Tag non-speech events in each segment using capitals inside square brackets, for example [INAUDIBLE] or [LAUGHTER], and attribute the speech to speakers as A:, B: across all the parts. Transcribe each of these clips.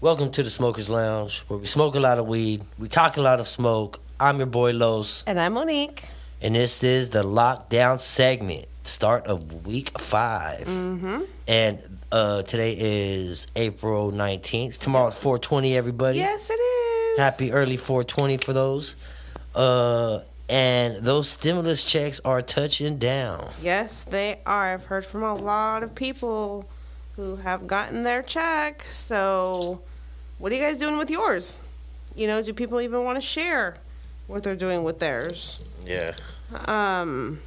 A: Welcome to the Smokers Lounge, where we smoke a lot of weed, we talk a lot of smoke. I'm your boy Los,
B: And I'm Monique.
A: and this is the lockdown segment, start of week 5 Mm-hmm. And uh, today is April 19th. Tomorrow's 420, everybody.
B: Yes, it is.
A: Happy early 420 for those. Uh, and those stimulus checks are touching down.
B: Yes, they are. I've heard from a lot of people who have gotten their check. So, what are you guys doing with yours? You know, do people even want to share what they're doing with theirs?
A: Yeah.
B: Um,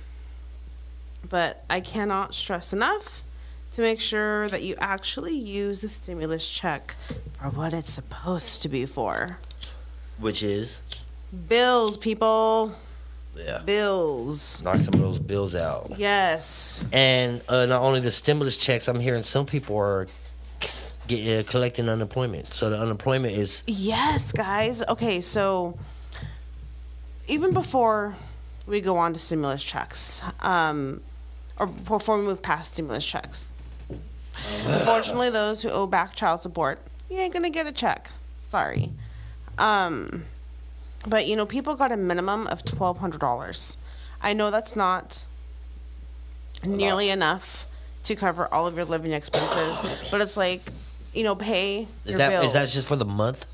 B: but I cannot stress enough to make sure that you actually use the stimulus check for what it's supposed to be for.
A: Which is,
B: Bills, people.
A: yeah.
B: Bills.
A: Knock some of those bills out.
B: Yes.
A: and uh, not only the stimulus checks, I'm hearing some people are get, uh, collecting unemployment. So the unemployment is
B: Yes, guys. Okay, so even before we go on to stimulus checks, um, or before we move past stimulus checks, unfortunately, those who owe back child support, you ain't gonna get a check. Sorry. Um, but you know, people got a minimum of twelve hundred dollars. I know that's not nearly enough to cover all of your living expenses, but it's like, you know, pay
A: is
B: your
A: that
B: bills.
A: is that just for the month?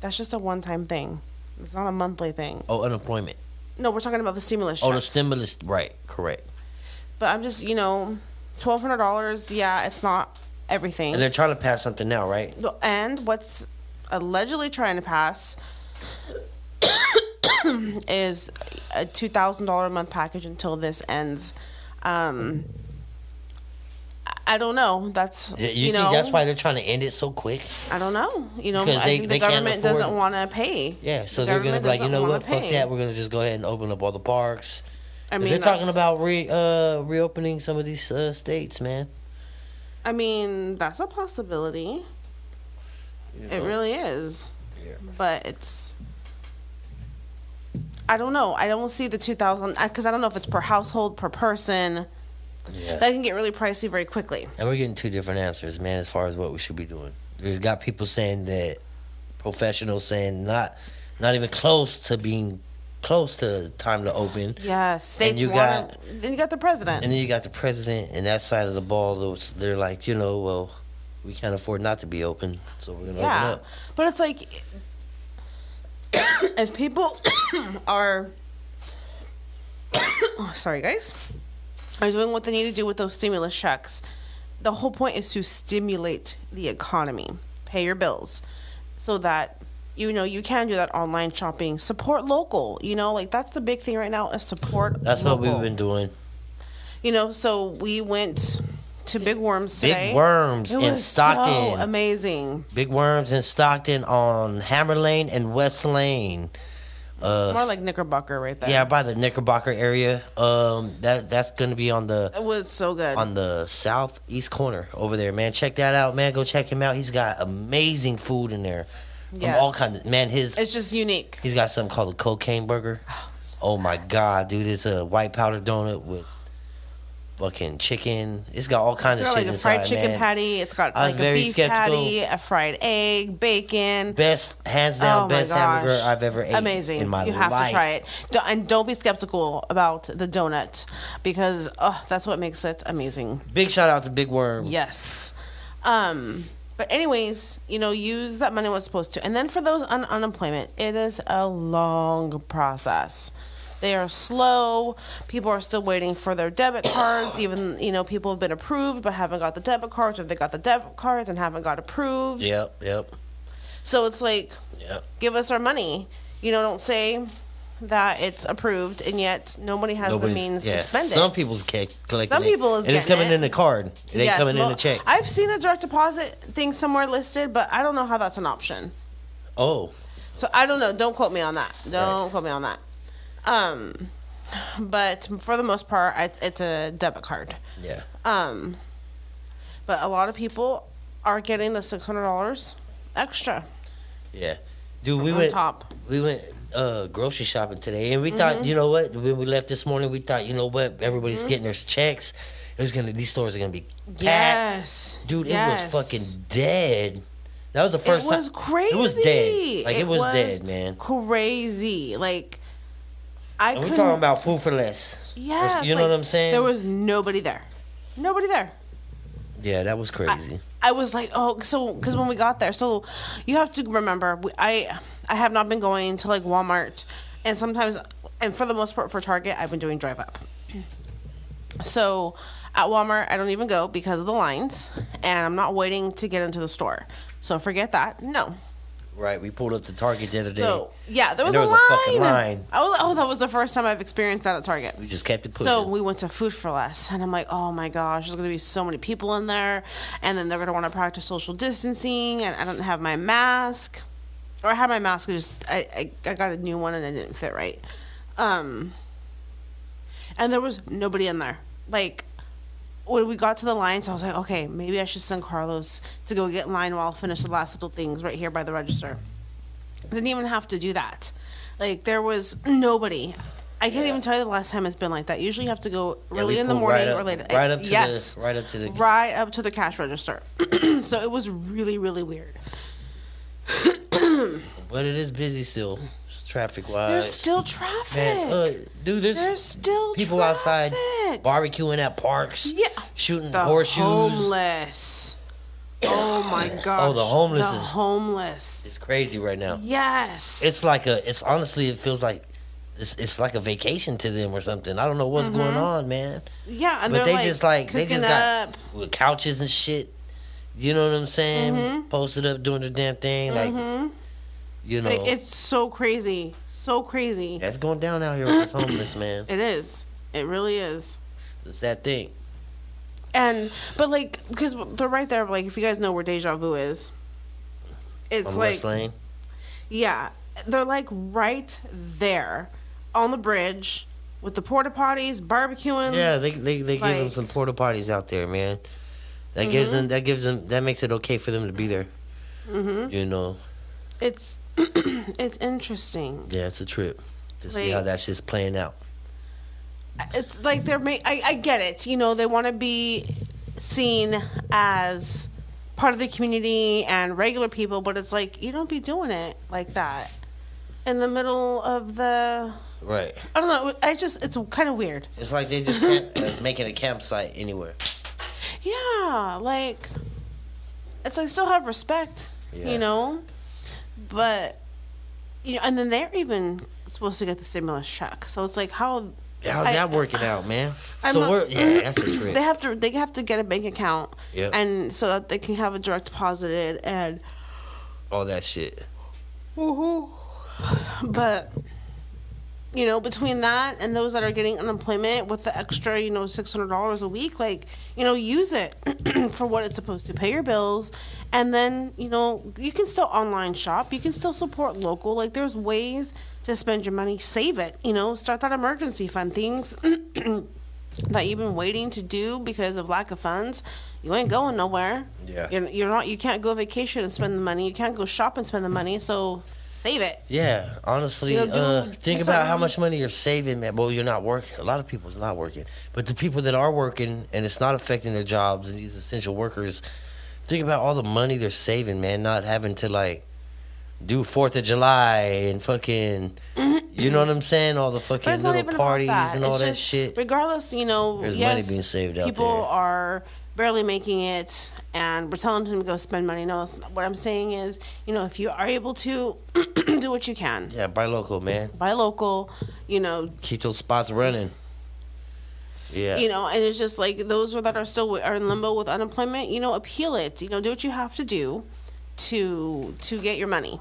B: That's just a one time thing. It's not a monthly thing.
A: Oh, unemployment.
B: No, we're talking about the stimulus check.
A: Oh, the stimulus. Right. Correct.
B: but I'm just, you know, twelve hundred dollars. Yeah, it's not everything.
A: And they're trying to pass something now, right?
B: No, and what's allegedly trying to pass [COUGHS] is a two thousand dollar a month package until this ends. Um, I- I don't know. That's
A: You,
B: you,
A: think
B: know.
A: that's why they're trying to end it so quick?
B: I don't know. You know, I
A: Because they-
B: think
A: they
B: the
A: can't
B: government
A: afford-
B: doesn't want to pay.
A: Yeah. So
B: The
A: they're gonna
B: government
A: be like, you
B: doesn't
A: know
B: wanna
A: what? Fuck
B: pay.
A: that. We're gonna just go ahead and open up all the parks.
B: I
A: 'Cause
B: mean,
A: they're talking
B: that's-
A: about re uh reopening some of these uh, states, man.
B: I mean, that's a possibility. It really is.
A: Yeah.
B: But it's. I don't know. I don't see the 2000 because I don't know if it's per household, per person.
A: Yeah.
B: That can get really pricey very quickly.
A: And we're getting two different answers, man, as far as what we should be doing. We've got people saying that professionals saying not not even close to being close to time to open.
B: Yes. States
A: you
B: want Then you got the president.
A: And then you got the president and that side of the ball those they're like, you know, well, we can't afford not to be open, so we're gonna
B: yeah.
A: open up.
B: But it's like. [COUGHS] if people [COUGHS] are. [COUGHS] oh, sorry, guys. Are doing what they need to do with those stimulus checks. the whole point is to stimulate the economy pay your bills so that you know you can do that online shopping support local you know like that's the big thing right now is support
A: That's
B: local.
A: what we've been doing.
B: you know so we went to big worms today
A: Big worms
B: it
A: in
B: was so
A: Stockton.
B: amazing
A: Big worms in Stockton on Hammer Lane and West Lane. Uh,
B: more like knickerbocker right there
A: yeah, by the Knickerbocker area. Um, that that's gonna be on the
B: it was so good
A: on the southeast corner over there, man. Check that out, man. Go check him out. He's got amazing food in there from
B: Yes.
A: all kinds. Of, man, his
B: it's just unique
A: he's got something called a cocaine burger. Oh my god, dude! It's a white powder donut with fucking chicken. It's got all kinds
B: it's
A: of
B: got
A: shit
B: like a
A: inside,
B: fried chicken
A: man.
B: patty it's got
A: I was
B: like a
A: very
B: beef
A: skeptical.
B: patty a fried egg bacon
A: Best, hands down,
B: Oh my
A: best hamburger
B: gosh.
A: I've ever ate
B: Amazing.
A: in my
B: you
A: life.
B: have to try it. Do- and don't be skeptical about the donut because oh, that's what makes it amazing.
A: Big shout out to Big Worm.
B: Yes. Um, but anyways, you know, use that money was supposed to. And then for those on unemployment, it is a long process. They are slow. People are still waiting for their debit [COUGHS] cards. Even you know, people have been approved but haven't got the debit cards, or they got the debit cards and haven't got approved.
A: Yep, yep,
B: So it's like
A: yep.
B: give us our money. You know, don't say that it's approved and yet nobody has
A: Nobody's-
B: the means
A: yeah.
B: to spend
A: Some
B: it.
A: people's ca- collecting
B: Some
A: it.
B: people is
A: and it's
B: getting
A: coming
B: it.
A: in the card. It ain't
B: Yes,
A: coming in
B: well,
A: the check.
B: I've seen a direct deposit thing somewhere listed, but I don't know how that's an option.
A: oh,
B: So I don't know. Don't quote me on that. Don't quote me on that. Um, but for the most part, I, it's a debit card.
A: yeah.
B: Um, but a lot of people are getting the six hundred dollars extra
A: Yeah, dude, we
B: on
A: went
B: top. Mm-hmm.
A: we went uh, grocery shopping today, and we thought, you know what? When we left this morning, we thought, you know what? Everybody's
B: Mm-hmm.
A: getting their checks. It's gonna these stores are gonna be packed.
B: Yes,
A: Dude,
B: yes.
A: it was fucking dead. That was the first
B: it
A: ti-
B: was crazy.
A: It was dead. Like it, was, dead, man.
B: Crazy. Like I
A: And
B: couldn't.
A: we talking about food for less.
B: Yes,
A: you know
B: like,
A: what I'm saying?
B: There was nobody there. Nobody there.
A: Yeah, that was crazy.
B: I was like, oh, so because when we got there, so you have to remember, we, I I have not been going to like Walmart, and sometimes, and for the most part for Target, I've been doing drive up. So at Walmart, I don't even go because of the lines, and I'm not waiting to get into the store. So forget that. No.
A: right. We pulled up to Target the other day.
B: So yeah, there was,
A: there
B: a,
A: was a
B: line.
A: fucking line.
B: I was oh, that was the first time I've experienced that at Target.
A: we just kept it pushing.
B: So we went to Food for Less, and I'm like, oh my gosh, there's gonna be so many people in there, and then they're gonna want to practice social distancing, and I don't have my mask, or I had my mask, I just I, I I got a new one and it didn't fit right, um, and there was nobody in there. Like when we got to the lines, I was like, okay, maybe I should send Carlos to go get in line while I finish the last little things right here by the register. Didn't even have to do that. Like there was nobody. I can't
A: Yeah.
B: even tell you the last time it's been like that. Usually you have to go
A: Yeah,
B: early
A: we
B: in the
A: pulled right
B: morning
A: up-
B: or later.
A: Right up to
B: yes,
A: the right up to the
B: right up to the cash register. [CLEARS THROAT] so it was really, really weird.
A: but it is busy still. Traffic
B: There's
A: wise.
B: still
A: Uh,
B: traffic.
A: Man, look, dude, there's,
B: There's still
A: people
B: traffic.
A: outside barbecuing at parks.
B: Yeah.
A: Shooting
B: The
A: horseshoes.
B: homeless. Oh
A: [COUGHS]
B: my gosh.
A: the homeless
B: The
A: is-
B: homeless.
A: It's crazy right now.
B: Yes.
A: It's like a it's honestly it feels like it's, it's like a vacation to them or something. I don't know what's
B: Mm-hmm.
A: going on, man.
B: yeah, and
A: but
B: they're
A: they
B: like
A: just like they
B: cooking
A: just got
B: up.
A: with couches and shit. You know what I'm saying?
B: Mm-hmm.
A: Posted up doing their damn thing, like you know.
B: Like, it's so crazy, so crazy.
A: that's going down out here with this homeless
B: [LAUGHS]
A: man.
B: It is. It really is.
A: It's that thing.
B: And but like because they're right there. Like if you guys know where Deja Vu is, it's
A: On
B: like
A: West Lane.
B: yeah, they're like right there on the bridge with the porta potties, barbecuing.
A: Yeah, they they, they give them
B: um, like- Mm-hmm.
A: some porta potties out there, man. That gives them that gives them that makes it okay for them to be there.
B: hmm
A: You know,
B: It's [CLEARS THROAT] it's interesting.
A: yeah, it's a trip to see how
B: Like-
A: that shit's playing out.
B: It's like they're ma- I, I get it. You know they want to be seen as part of the community and regular people, but it's like you don't be doing it like that in the middle of the
A: Right.
B: I don't know. I just it's kind of weird.
A: It's like they
B: [LAUGHS]
A: just can't, uh, making a campsite anywhere.
B: Yeah, like it's like still have respect,
A: Yeah.
B: you know, but you know, and then they're even supposed to get the stimulus check, so it's like how
A: How's
B: I-
A: that working out, man?
B: I'm
A: so
B: not-
A: we're yeah, that's
B: [CLEARS THROAT]
A: a trip.
B: they have to they have to get a bank account
A: Yep.
B: and so that they can have it direct deposited and
A: all that shit.
B: but you know between that and those that are getting unemployment with the extra you know $600 a week like you know use it [CLEARS THROAT] for what it's supposed to pay your bills and then you know you can still online shop you can still support local like there's ways to spend your money save it you know start that emergency fund things [CLEARS THROAT] that you've been waiting to do because of lack of funds you ain't going nowhere
A: Yeah.
B: you're, you're not you can't go vacation and spend the money you can't go shop and spend the money so save it
A: Yeah, honestly,
B: You know, do-
A: uh, think
B: do
A: about how
B: something.
A: much money you're saving, man. Well, you're not working. A lot of people's not working, but the people that are working and it's not affecting their jobs and these essential workers, think about all the money they're saving, man. Not having to like do Fourth of July and
B: [CLEARS THROAT]
A: fucking, you know what I'm saying? All the
B: But
A: fucking
B: it's not
A: little
B: even
A: parties
B: about that.
A: and all
B: It's
A: that
B: just,
A: shit.
B: Regardless, you know,
A: There's
B: yes,
A: money being saved out
B: people
A: there.
B: are barely making it, and we're telling them to go spend money. No, that's not what I'm saying is, you know, if you are able to, [CLEARS THROAT] do what you can.
A: Yeah, buy local, man.
B: Buy local, you know,
A: Keep those spots running. Yeah.
B: you know, and it's just like those that are still wi- are in limbo with unemployment. You know, appeal it. You know, do what you have to do to to get your money.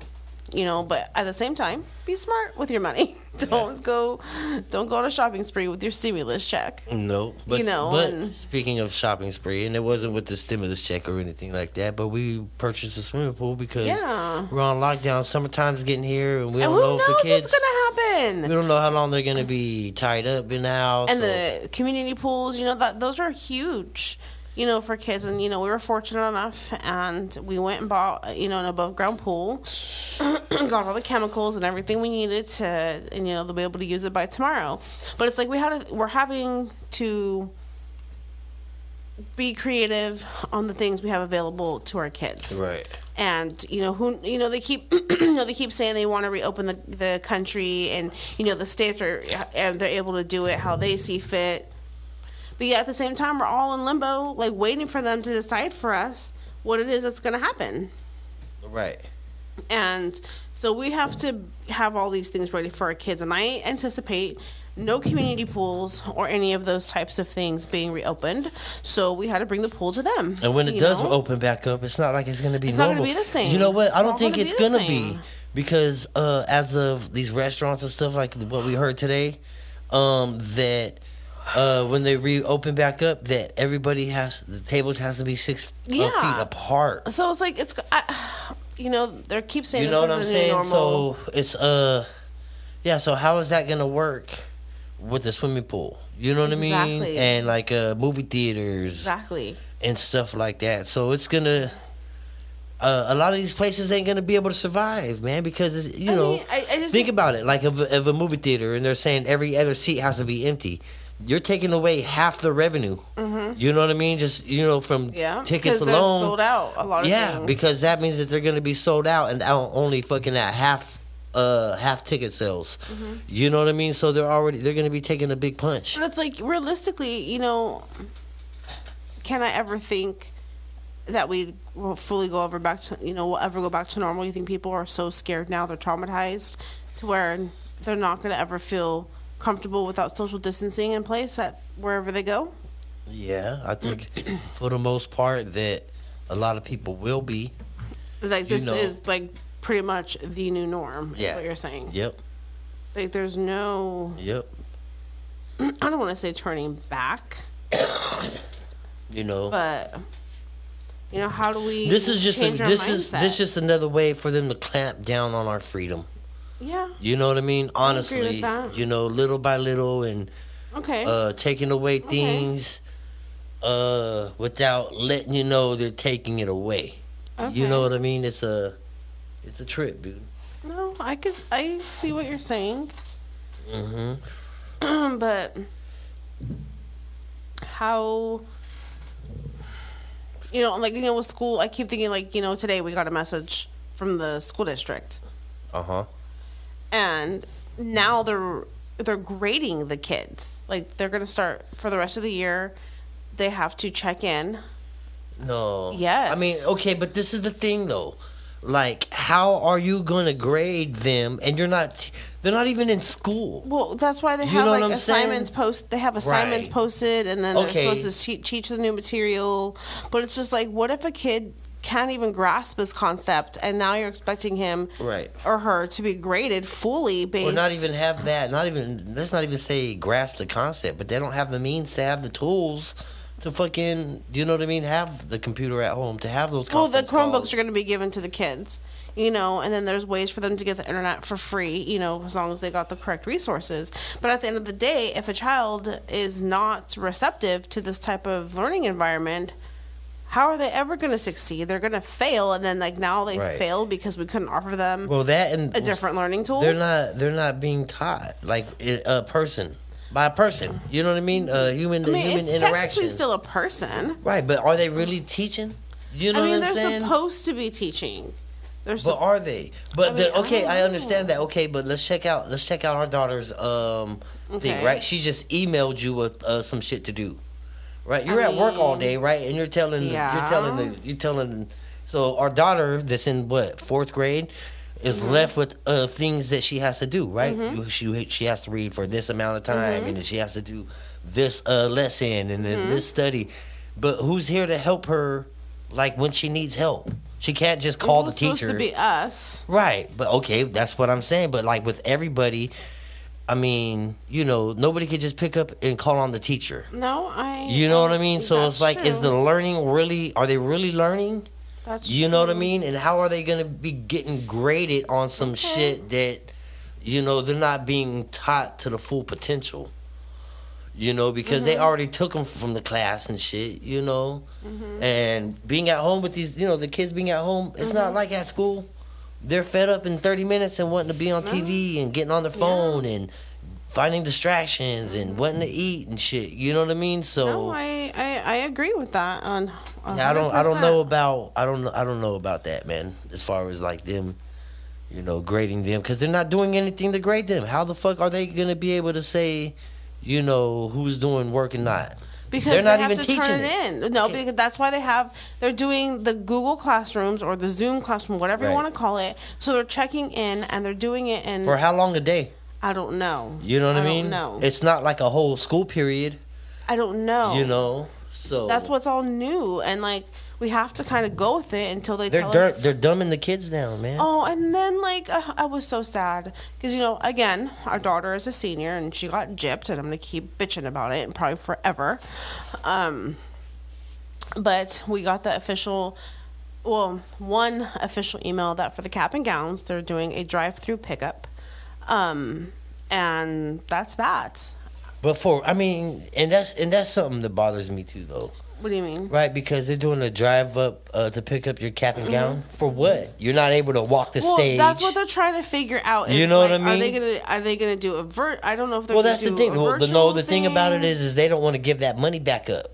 B: You know, but at the same time, be smart with your money. [LAUGHS] Don't go, don't go on a shopping spree with your stimulus check.
A: No, but
B: You know,
A: but
B: and-
A: speaking of shopping spree, and it wasn't with the stimulus check or anything like that, but we purchased a swimming pool because
B: Yeah.
A: we're on lockdown. Summertime's getting here, and we
B: And
A: don't
B: who
A: know if
B: knows
A: the kids.
B: what's gonna
A: We
B: happen?
A: don't know how long they're gonna be tied up in the house.
B: And
A: or-
B: the community pools, you know, that those are huge, you know, for kids. And you know, we were fortunate enough, and we went and bought, you know, an above ground pool, [CLEARS THROAT] got all the chemicals and everything we needed to, and you know, they'll be able to use it by tomorrow. But it's like we had, to, we're having to be creative on the things we have available to our kids.
A: right,
B: and you know who you know they keep [CLEARS THROAT] you know they keep saying they want to reopen the the country and you know the states are and they're able to do it how they see fit. But yet at the same time, we're all in limbo, like waiting for them to decide for us what it is that's going to happen.
A: Right.
B: And so we have to have all these things ready for our kids. And I anticipate no community pools or any of those types of things being reopened. So we had to bring the pool to them.
A: And when it
B: you
A: does
B: know?
A: open back up, it's not like it's going to be
B: It's not
A: normal.
B: gonna be the same.
A: You know what? I
B: It's
A: don't
B: not
A: think
B: gonna
A: it's
B: be the
A: going to be
B: same.
A: because uh, as of these restaurants and stuff like what we heard today, um, that uh, when they reopen back up, that everybody has the tables has to be six uh,
B: Yeah.
A: feet apart.
B: so it's like it's I, you know they keep saying
A: You
B: this
A: know
B: is
A: what I'm
B: the new
A: saying?
B: normal.
A: So it's uh, yeah. So how is that going to work with the swimming pool? You know what I mean?
B: Exactly.
A: And like uh, movie theaters.
B: exactly.
A: and stuff like that. So it's gonna. Uh, a lot of these places ain't gonna be able to survive, man, because it's, you
B: I
A: know.
B: mean, I, I just
A: think about it, like if, if a movie theater and they're saying every other seat has to be empty, you're taking away half the revenue.
B: Mhm.
A: You know what I mean? Just you know from
B: yeah,
A: tickets
B: 'cause they're
A: alone.
B: sold out a lot of
A: yeah,
B: things.
A: because that means that they're gonna be sold out and out only fucking at half, uh, half ticket sales.
B: Mm-hmm.
A: You know what I mean? So they're already they're gonna be taking a big punch.
B: But it's like realistically, you know, can I ever think that we will fully go over back to you know we'll ever go back to normal? You think people are so scared now they're traumatized to where they're not going to ever feel comfortable without social distancing in place at wherever they go?
A: Yeah, I think for the most part that a lot of people will be.
B: Like
A: You
B: this
A: know.
B: is like pretty much the new norm. Is
A: Yeah.
B: what you're saying.
A: Yep,
B: Like there's no
A: yep.
B: I don't want to say turning back,
A: You know,
B: but you know how do we
A: this is just a,
B: change our
A: this is
B: mindset?
A: this is just another way for them to clamp down on our freedom.
B: yeah
A: You know what I mean?
B: I agree with
A: Honestly,
B: that.
A: you know, little by little and
B: okay
A: uh, taking away things uh, without letting you know they're taking it away.
B: okay.
A: You know what I mean? It's a it's a trip, dude.
B: No, I could I see what you're saying, [CLEARS THROAT]
A: hmm
B: but how you know, like you know with school, I keep thinking like, you know, today we got a message from the school district
A: Uh huh.
B: and now they're they're grading the kids. Like they're going to start for the rest of the year, they have to check in.
A: No.
B: Yes.
A: I mean, okay, but this is the thing though. Like, how are you going to grade them and you're not they're not even in school.
B: Well, that's why they
A: You
B: have
A: know what
B: like
A: I'm
B: assignments
A: saying?
B: post. They have assignments
A: Right.
B: posted, and then
A: Okay.
B: they're supposed to te- teach the new material. But it's just like, what if a kid can't even grasp this concept, and now you're expecting him
A: Right.
B: or her to be graded fully based?
A: Or not even have that, not even let's not even say grasp the concept, but they don't have the means to have the tools to fucking, you know what I mean, have the computer at home to have those
B: Well, the
A: conference
B: Chromebooks
A: calls.
B: are going to be given to the kids, you know, and then there's ways for them to get the internet for free, you know, as long as they got the correct resources. But at the end of the day, if a child is not receptive to this type of learning environment, how are they ever going to succeed? They're going to fail, and then like now they
A: Right.
B: fail because we couldn't offer them
A: Well, that and
B: a different learning tool.
A: they're not they're not being taught like i- a person by a person. You know what I mean? Uh, human
B: I mean,
A: human
B: it's
A: interaction.
B: technically still a person.
A: right, but are they really teaching? You know
B: I mean,
A: what I'm
B: they're
A: saying?
B: supposed to be teaching. They're
A: But
B: sup-
A: are they? But
B: I
A: the,
B: mean, I
A: okay,
B: don't
A: I,
B: know.
A: understand that. Okay, but let's check out let's check out our daughter's um
B: Okay.
A: thing, right? She just emailed you with uh, some shit to do, right? You're at work all
B: mean,
A: day, right? And you're telling you're
B: yeah.
A: telling the, you're telling. So our daughter that's in what fourth grade is
B: Mm-hmm.
A: left with uh things that she has to do, right? You, she she has to read for this amount of time,
B: Mm-hmm.
A: and then she has to do this uh lesson and then
B: Mm-hmm.
A: this study. But who's here to help her? Like when she needs help, she can't just call the
B: It's supposed
A: teacher.
B: to be us.
A: Right, but okay, that's what I'm saying. But like with everybody, I mean, you know, nobody could just pick up and call on the teacher.
B: No, I.
A: You know what I mean? So it's
B: that's
A: like, is
B: true.
A: the learning really? Are they really learning?
B: That's
A: You know what I
B: true.
A: mean? And how are they gonna be getting graded on some shit that, you know, they're not being taught to the full potential? You know, because
B: Mm-hmm.
A: they already took them from the class and shit. You know,
B: Mm-hmm.
A: and being at home with these, you know, the kids being at home, it's not
B: Mm-hmm.
A: like at school. They're fed up in thirty minutes and wanting to be on TV and getting on their phone and finding distractions and wanting to eat and shit. You know what I mean? So
B: No, I, I, I agree with that on
A: Yeah, I don't. I don't know
B: 100%.
A: about. I don't. know- I don't know about that, man. As far as like them, you know, grading them because they're not doing anything to grade them. How the fuck are they gonna be able to say, you know, who's doing work and not?
B: because
A: they're not
B: they have
A: even
B: to turn
A: teaching
B: it, in. No, because that's why they have they're doing the Google classrooms or the Zoom classroom, whatever
A: Right.
B: you want to call it. So they're checking in and they're doing it in
A: For how long a day?
B: I don't know.
A: You know what I, mean?
B: don't know.
A: It's not like a whole school period.
B: I don't know.
A: You know, so
B: that's what's all new and like we have to kind of go with it until they
A: they're
B: tell
A: dur-
B: us.
A: they're dumbing the kids down, man.
B: Oh, and then like uh, I was so sad because you know again our daughter is a senior and she got gypped and I'm gonna keep bitching about it and probably forever. Um, but we got the official, well, one official email that for the cap and gowns they're doing a drive-through pickup, um, and that's that.
A: But for I mean, and that's and that's something that bothers me too, though.
B: What do you mean?
A: Right, because they're doing a drive up uh, to pick up your cap and gown for what? You're not able to walk the
B: Mm-hmm. Well,
A: stage.
B: that's what they're trying to figure out. is,
A: You know what
B: like,
A: I
B: Are they
A: mean?
B: gonna are they gonna do a vert? I don't know if they're
A: well,
B: gonna
A: that's the
B: do
A: thing.
B: a
A: Well, the,
B: virtual
A: no, the thing about it
B: thing.
A: is, is they don't want to give that money back up.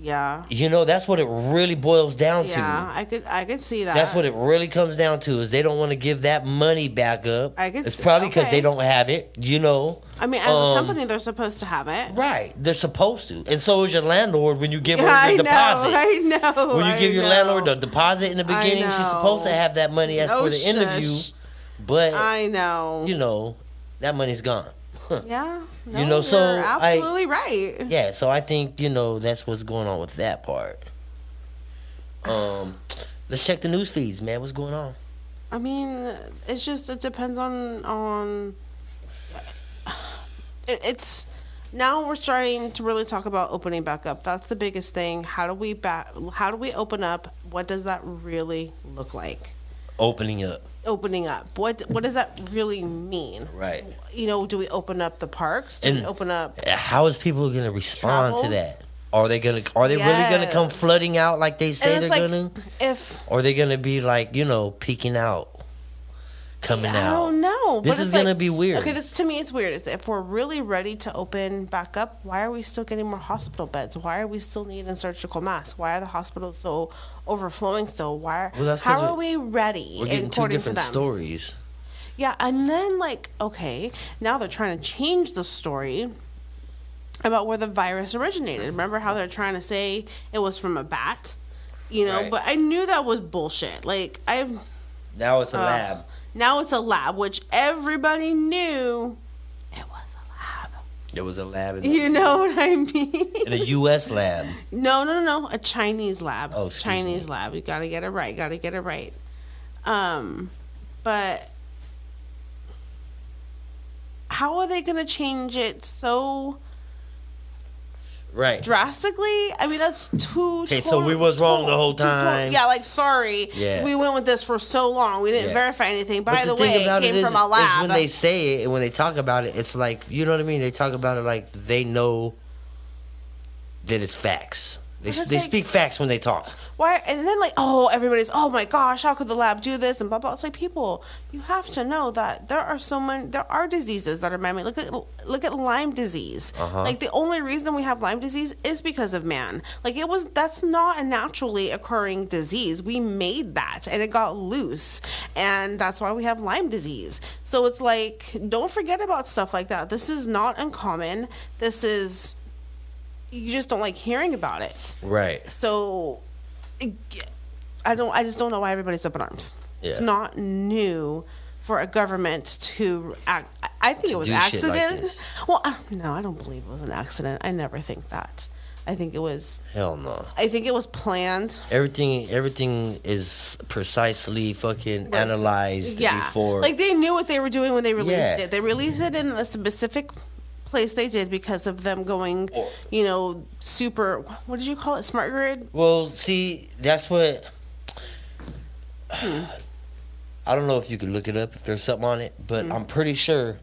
B: yeah.
A: You know, that's what it really boils down
B: Yeah,
A: to.
B: I could I could see that.
A: That's what it really comes down to is they don't want to give that money back up.
B: I could
A: it's
B: s-
A: probably because
B: okay.
A: they don't have it. You know,
B: I mean, as
A: um,
B: a company, they're supposed to have
A: [LAUGHS]
B: it.
A: right? They're supposed to, and so is your landlord when you give her
B: Yeah, [LAUGHS] I
A: the
B: know.
A: deposit.
B: I know.
A: When you
B: I
A: give your
B: know.
A: landlord the deposit in the
B: I
A: beginning, she's
B: know.
A: supposed to have that money as
B: Oh,
A: for the interview,
B: shush.
A: but
B: I know.
A: you know, that money's gone. Huh.
B: yeah. No,
A: know, so
B: you're
A: I-
B: absolutely right.
A: Yeah, so I think, you know, that's what's going on with that part. Um let's check the news feeds, man. What's going on?
B: I mean, it's just it depends on on. It, it's now we're starting to really talk about opening back up. That's the biggest thing. How do we back? How do we open up? What does that really look like?
A: Opening up.
B: Opening up. What what does that really mean?
A: Right.
B: you know, do we open up the parks? Do we
A: And-
B: open up?
A: Uh, How is people gonna respond to
B: Travel?
A: that? Are they gonna are they really gonna come
B: Yes.
A: flooding out like they say
B: And
A: they're
B: it's like,
A: gonna?
B: if
A: Or are they gonna be like, you know, peeking out? Coming
B: I
A: out.
B: don't know,
A: This
B: but
A: is
B: it's
A: gonna
B: like-
A: be weird.
B: Okay, this to me it's weird. Is if we're really ready to open back up, why are we still getting more hospital beds? Why are we still needing surgical masks? Why are the hospitals so overflowing? Still, why? Are,
A: Well, that's 'cause
B: how are
A: we're-
B: we ready?
A: We're getting two
B: according to
A: different
B: them?
A: stories.
B: Yeah, and then like okay, now they're trying to change the story about where the virus originated. Remember how they're trying to say it was from a bat? You know,
A: Right.
B: but I knew that was bullshit. Like I've
A: Now it's a
B: Uh,
A: lab.
B: now it's a lab, which everybody knew it was a lab.
A: It was a
B: [LAUGHS]
A: lab in,
B: You know what I
A: in
B: mean?
A: a US lab.
B: No, no, no, no, a Chinese lab.
A: Oh, excuse
B: Chinese
A: me.
B: lab. You gotta get it right. Gotta get it right. Um, but how are they gonna change it so
A: Right.
B: drastically? I mean, that's too.
A: Okay, so we was wrong the whole
B: too tot-
A: time.
B: yeah, like sorry,
A: Yeah.
B: we went with this for so long. We didn't
A: Yeah.
B: verify anything. By the, way, it came
A: is-
B: from a lab. uh,
A: Is when they say it and when they talk about it, it's like you know what I mean. They talk about it like they know that it's facts. They
B: But it's
A: they
B: like-
A: speak facts when they talk.
B: why and then like oh everybody's oh my gosh how could the lab do this and blah blah it's like people you have to know that there are so many there are diseases that are man-made look at look at lyme disease
A: Uh-huh.
B: like the only reason we have lyme disease is because of man like it was that's not a naturally occurring disease we made that and it got loose and that's why we have lyme disease so it's like don't forget about stuff like that this is not uncommon this is you just don't like hearing about it
A: Right.
B: so I don't I just don't know why everybody's up in arms. It's
A: Yeah.
B: not new for a government to act I think it was
A: do shit like
B: accident.
A: this.
B: well, I, no, I don't believe it was an accident. I never think that. I think it was
A: Hell no.
B: I think it was planned.
A: Everything everything is precisely fucking
B: Versus-
A: analyzed before.
B: Like they knew what they were doing when they released
A: Yeah.
B: it. They released it in the specific place they did because of them going,
A: Or-
B: you know, super what did you call it? Smart grid?
A: well, see, that's what.
B: Hmm.
A: I don't know if you can look it up if there's something on it,
B: Hmm.
A: but I'm pretty sure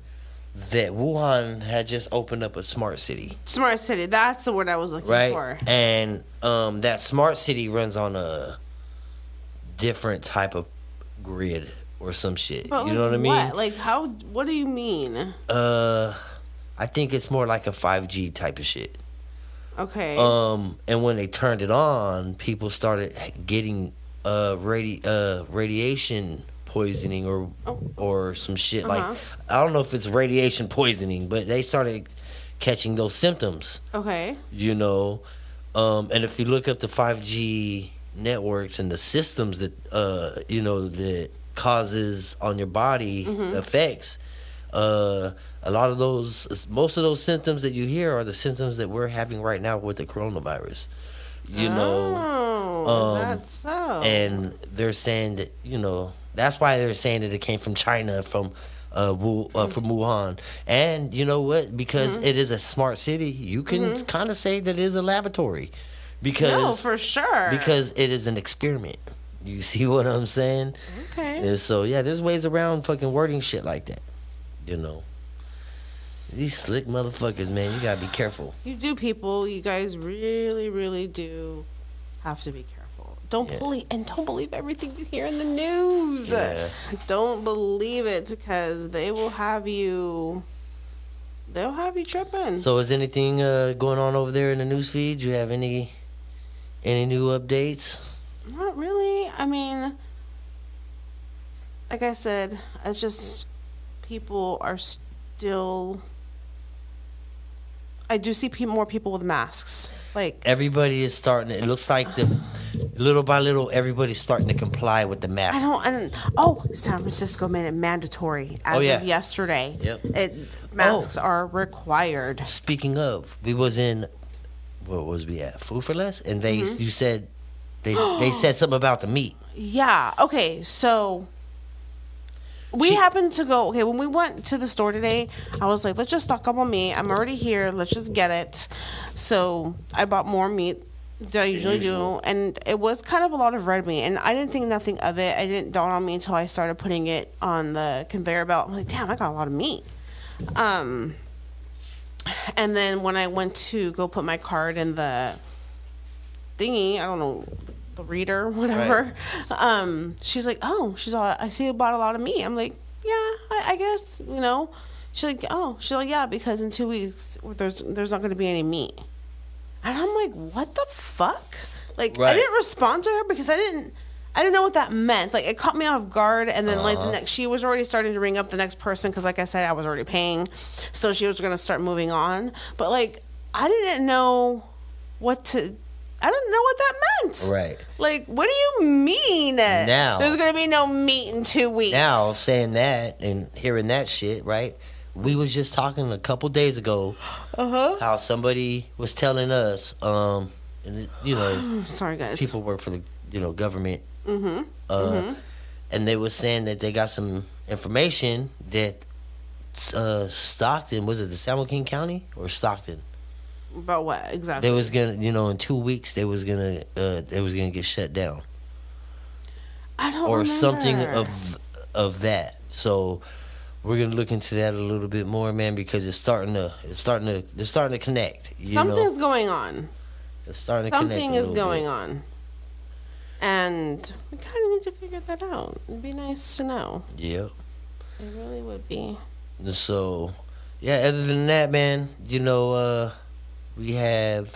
A: that Wuhan had just opened up a smart city.
B: Smart city. That's the word I was looking
A: right?
B: for.
A: And um, that smart city runs on a different type of grid or some shit.
B: But
A: you
B: like
A: know what I mean?
B: Like how? What do you mean?
A: uh, I think it's more like a five G type of shit.
B: Okay.
A: Um, and when they turned it on, people started getting uh, radi- uh radiation poisoning or
B: Oh.
A: or some shit
B: Uh-huh.
A: like I don't know if it's radiation poisoning, but they started catching those symptoms.
B: okay.
A: You know, um, and if you look up the five G networks and the systems that uh you know that causes on your body effects. Uh, a lot of those, most of those symptoms that you hear are the symptoms that we're having right now with the coronavirus. You know,
B: Oh, is
A: um,
B: that so?
A: and they're saying that you know that's why they're saying that it came from China from uh, Wu, uh
B: Mm-hmm.
A: from Wuhan and you know what because it is a smart city you can kind of say that it is a laboratory because
B: Mm-hmm. no, for sure.
A: because it is an experiment you [LAUGHS] see what I'm saying
B: okay.
A: and so yeah there's ways around fucking wording shit like that you know these slick motherfuckers man you gotta be careful
B: You do, people. You guys really, really do have to be careful. Don't
A: Yeah.
B: believe and don't believe everything you hear in the news.
A: Yeah.
B: Don't believe it because they will have you. They'll have you tripping.
A: So is anything uh, going on over there in the news feed? Do you have any any new updates?
B: Not really. I mean, like I said, it's just people are still. I do see pe- more people with masks. Like,
A: Everybody is starting. It looks like the little by little, everybody's starting to comply with the
B: I
A: mask.
B: don't. I don't oh, San Francisco made it mandatory as
A: Oh, yeah.
B: of yesterday.
A: Yep.
B: It, masks are required.
A: Speaking of, we was in where was we at? Food for less, and they you said they they [GASPS] said something about the meat.
B: Yeah. Okay. So we
A: She-
B: happened to go. Okay, when we went to the store today, I was like, "Let's just stock up on meat. I'm already here. Let's just get it." So I bought more meat than I usually do, and it was kind of a lot of red meat, and I didn't think nothing of it. It didn't dawn on me until I started putting it on the conveyor belt. I'm like, "Damn, I got a lot of meat." Um, and then when I went to go put my card in the thingy, I don't know, the reader, [LAUGHS] whatever. Um, she's like, oh, she's all, I see you bought a lot of meat. I'm like, yeah, I, I guess, you know. She's like, oh, she's like, yeah, because in two weeks there's there's not going to be any meat. And I'm like, what the fuck? Like, I
A: Right.
B: didn't respond to her because I didn't. I didn't know what that meant. Like it caught me off guard, and then like the
A: Uh-huh.
B: next, she was already starting to ring up the next person because, like I said, I was already paying, so she was gonna start moving on. But like, I didn't know what to. I didn't know what that meant.
A: Right
B: Like, what do you mean?
A: Now-
B: there's gonna be no meat in two weeks.
A: now, saying that and hearing that shit, right? We was just talking a couple days ago
B: uh huh.
A: how somebody was telling us, um, and it- you know. [GASPS]
B: Sorry, guys.
A: people work for the you know government,
B: Mm-hmm.
A: uh, and they were saying that they got some information that uh, Stockton was it the San Joaquin County or Stockton?
B: About what exactly?
A: They was gonna you know in two weeks they was gonna uh, they was gonna get shut down
B: Oh, I don't
A: or
B: remember.
A: something of of that. So we're gonna look into that a little bit more, man, because it's starting to it's starting to they're starting to connect. You
B: something's
A: know,
B: going on.
A: it's starting to
B: Something
A: connect a
B: is
A: little
B: going
A: bit.
B: on, and we kind of need to figure that out. It'd be nice to know.
A: Yep.
B: It really would be.
A: So, yeah. Other than that, man, you know, uh, we have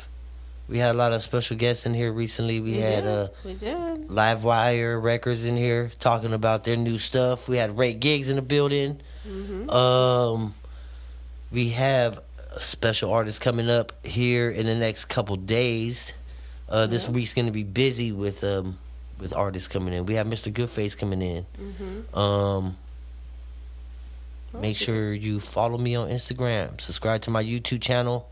A: we had a lot of special guests in here recently. We, had
B: did.
A: uh,
B: we did.
A: Livewire Records in here talking about their new stuff. We had Ray Gigs in the building.
B: Mm-hmm.
A: Um, we have a special artist coming up here in the next couple days. Uh, this week's gonna be busy with um with artists coming in. We have Mr. Goodface coming in.
B: Mm-hmm.
A: Um, make sure you follow me on Instagram, subscribe to my YouTube channel,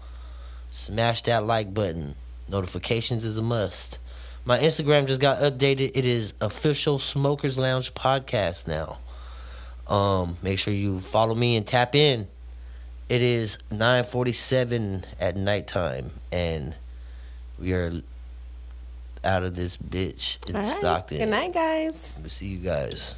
A: smash that like button. Notifications is a must. My Instagram just got updated. It is official Smokers Lounge podcast now. Um, make sure you follow me and tap in. It is 9:47 at nighttime, and we are out of this bitch in
B: All right.
A: Stockton.
B: Good night, guys.
A: We'll see you guys.